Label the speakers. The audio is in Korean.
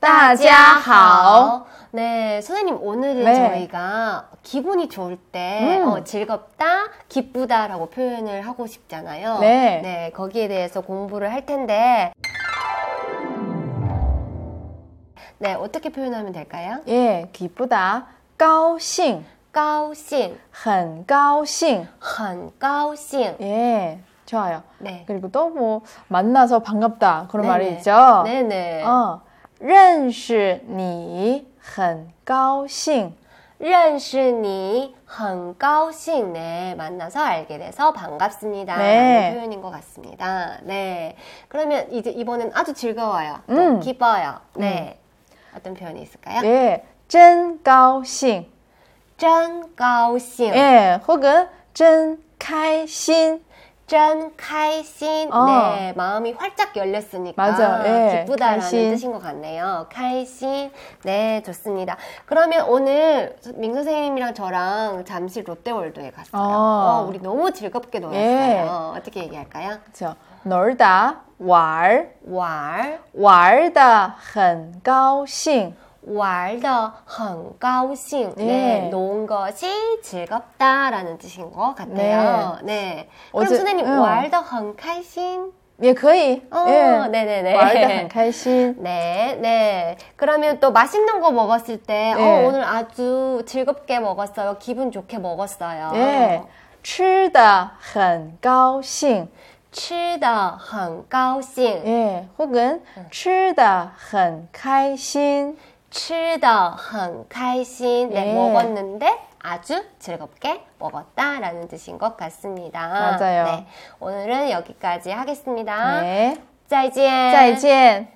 Speaker 1: 大家好.
Speaker 2: 네, 선생님 오늘은
Speaker 1: 네.
Speaker 2: 저희가 기분이 좋을 때
Speaker 1: 음.
Speaker 2: 어, 즐겁다, 기쁘다라고 표현을 하고 싶잖아요.
Speaker 1: 네.
Speaker 2: 거기에 대해서 공부를 할 텐데. 네, 어떻게 표현하면 될까요?
Speaker 1: 예, 기쁘다. 高兴,
Speaker 2: 高兴,
Speaker 1: 很高兴.
Speaker 2: 很高兴.
Speaker 1: 예, 좋아요.
Speaker 2: 네.
Speaker 1: 그리고 또 뭐 만나서 반갑다 그런 말이
Speaker 2: 네네.
Speaker 1: 있죠.
Speaker 2: 네네.
Speaker 1: 어, 认识你很高兴.
Speaker 2: 认识你很高兴. 네, 만나서 알게 돼서 반갑습니다.
Speaker 1: 네.
Speaker 2: 라는 표현인 것 같습니다. 네. 그러면 이제 이번엔 아주 즐거워요. 또
Speaker 1: 음.
Speaker 2: 기뻐요. 네. 어떤 표현이 있을까요? 네.
Speaker 1: 예, 真高兴.
Speaker 2: 真高兴.
Speaker 1: 예, 혹은 真开心.
Speaker 2: 真开心.
Speaker 1: 어.
Speaker 2: 네, 마음이 활짝 열렸으니까
Speaker 1: 맞아, 예.
Speaker 2: 기쁘다라는
Speaker 1: 开心.
Speaker 2: 뜻인 것 같네요.开心. 네, 좋습니다. 그러면 오늘 민 선생님이랑 저랑 잠시 롯데월드에 갔어요.
Speaker 1: 어.
Speaker 2: 어, 우리 너무 즐겁게 놀았어요.
Speaker 1: 예.
Speaker 2: 어떻게 얘기할까요?
Speaker 1: 저 놀다 玩
Speaker 2: 왈,
Speaker 1: 玩的很高兴.
Speaker 2: 왈더 헝가오싱.
Speaker 1: 예.
Speaker 2: 네, 논 것이 즐겁다라는 뜻인 것 같아요. 네. 그럼
Speaker 1: 어제-
Speaker 2: 선생님
Speaker 1: 응.
Speaker 2: 왈더 헝카이신.
Speaker 1: 也可以.
Speaker 2: 어,
Speaker 1: 예.
Speaker 2: 네네네.
Speaker 1: 玩的很开心.
Speaker 2: 네, 네. 그러면 또 맛있는 거 먹었을 때,
Speaker 1: 네.
Speaker 2: 어, 오늘 아주 즐겁게 먹었어요. 기분 좋게 먹었어요.
Speaker 1: 예. 哎吃的很高兴.哎
Speaker 2: 吃的很高兴.
Speaker 1: 예, 혹은 吃的很开心.
Speaker 2: 吃的很开心. 네,
Speaker 1: 예.
Speaker 2: 먹었는데 아주 즐겁게 먹었다라는 뜻인 것 같습니다.
Speaker 1: 맞아요.
Speaker 2: 啊 네, 오늘은 여기까지 하겠습니다.
Speaker 1: 네.
Speaker 2: 再见.
Speaker 1: 哎再见。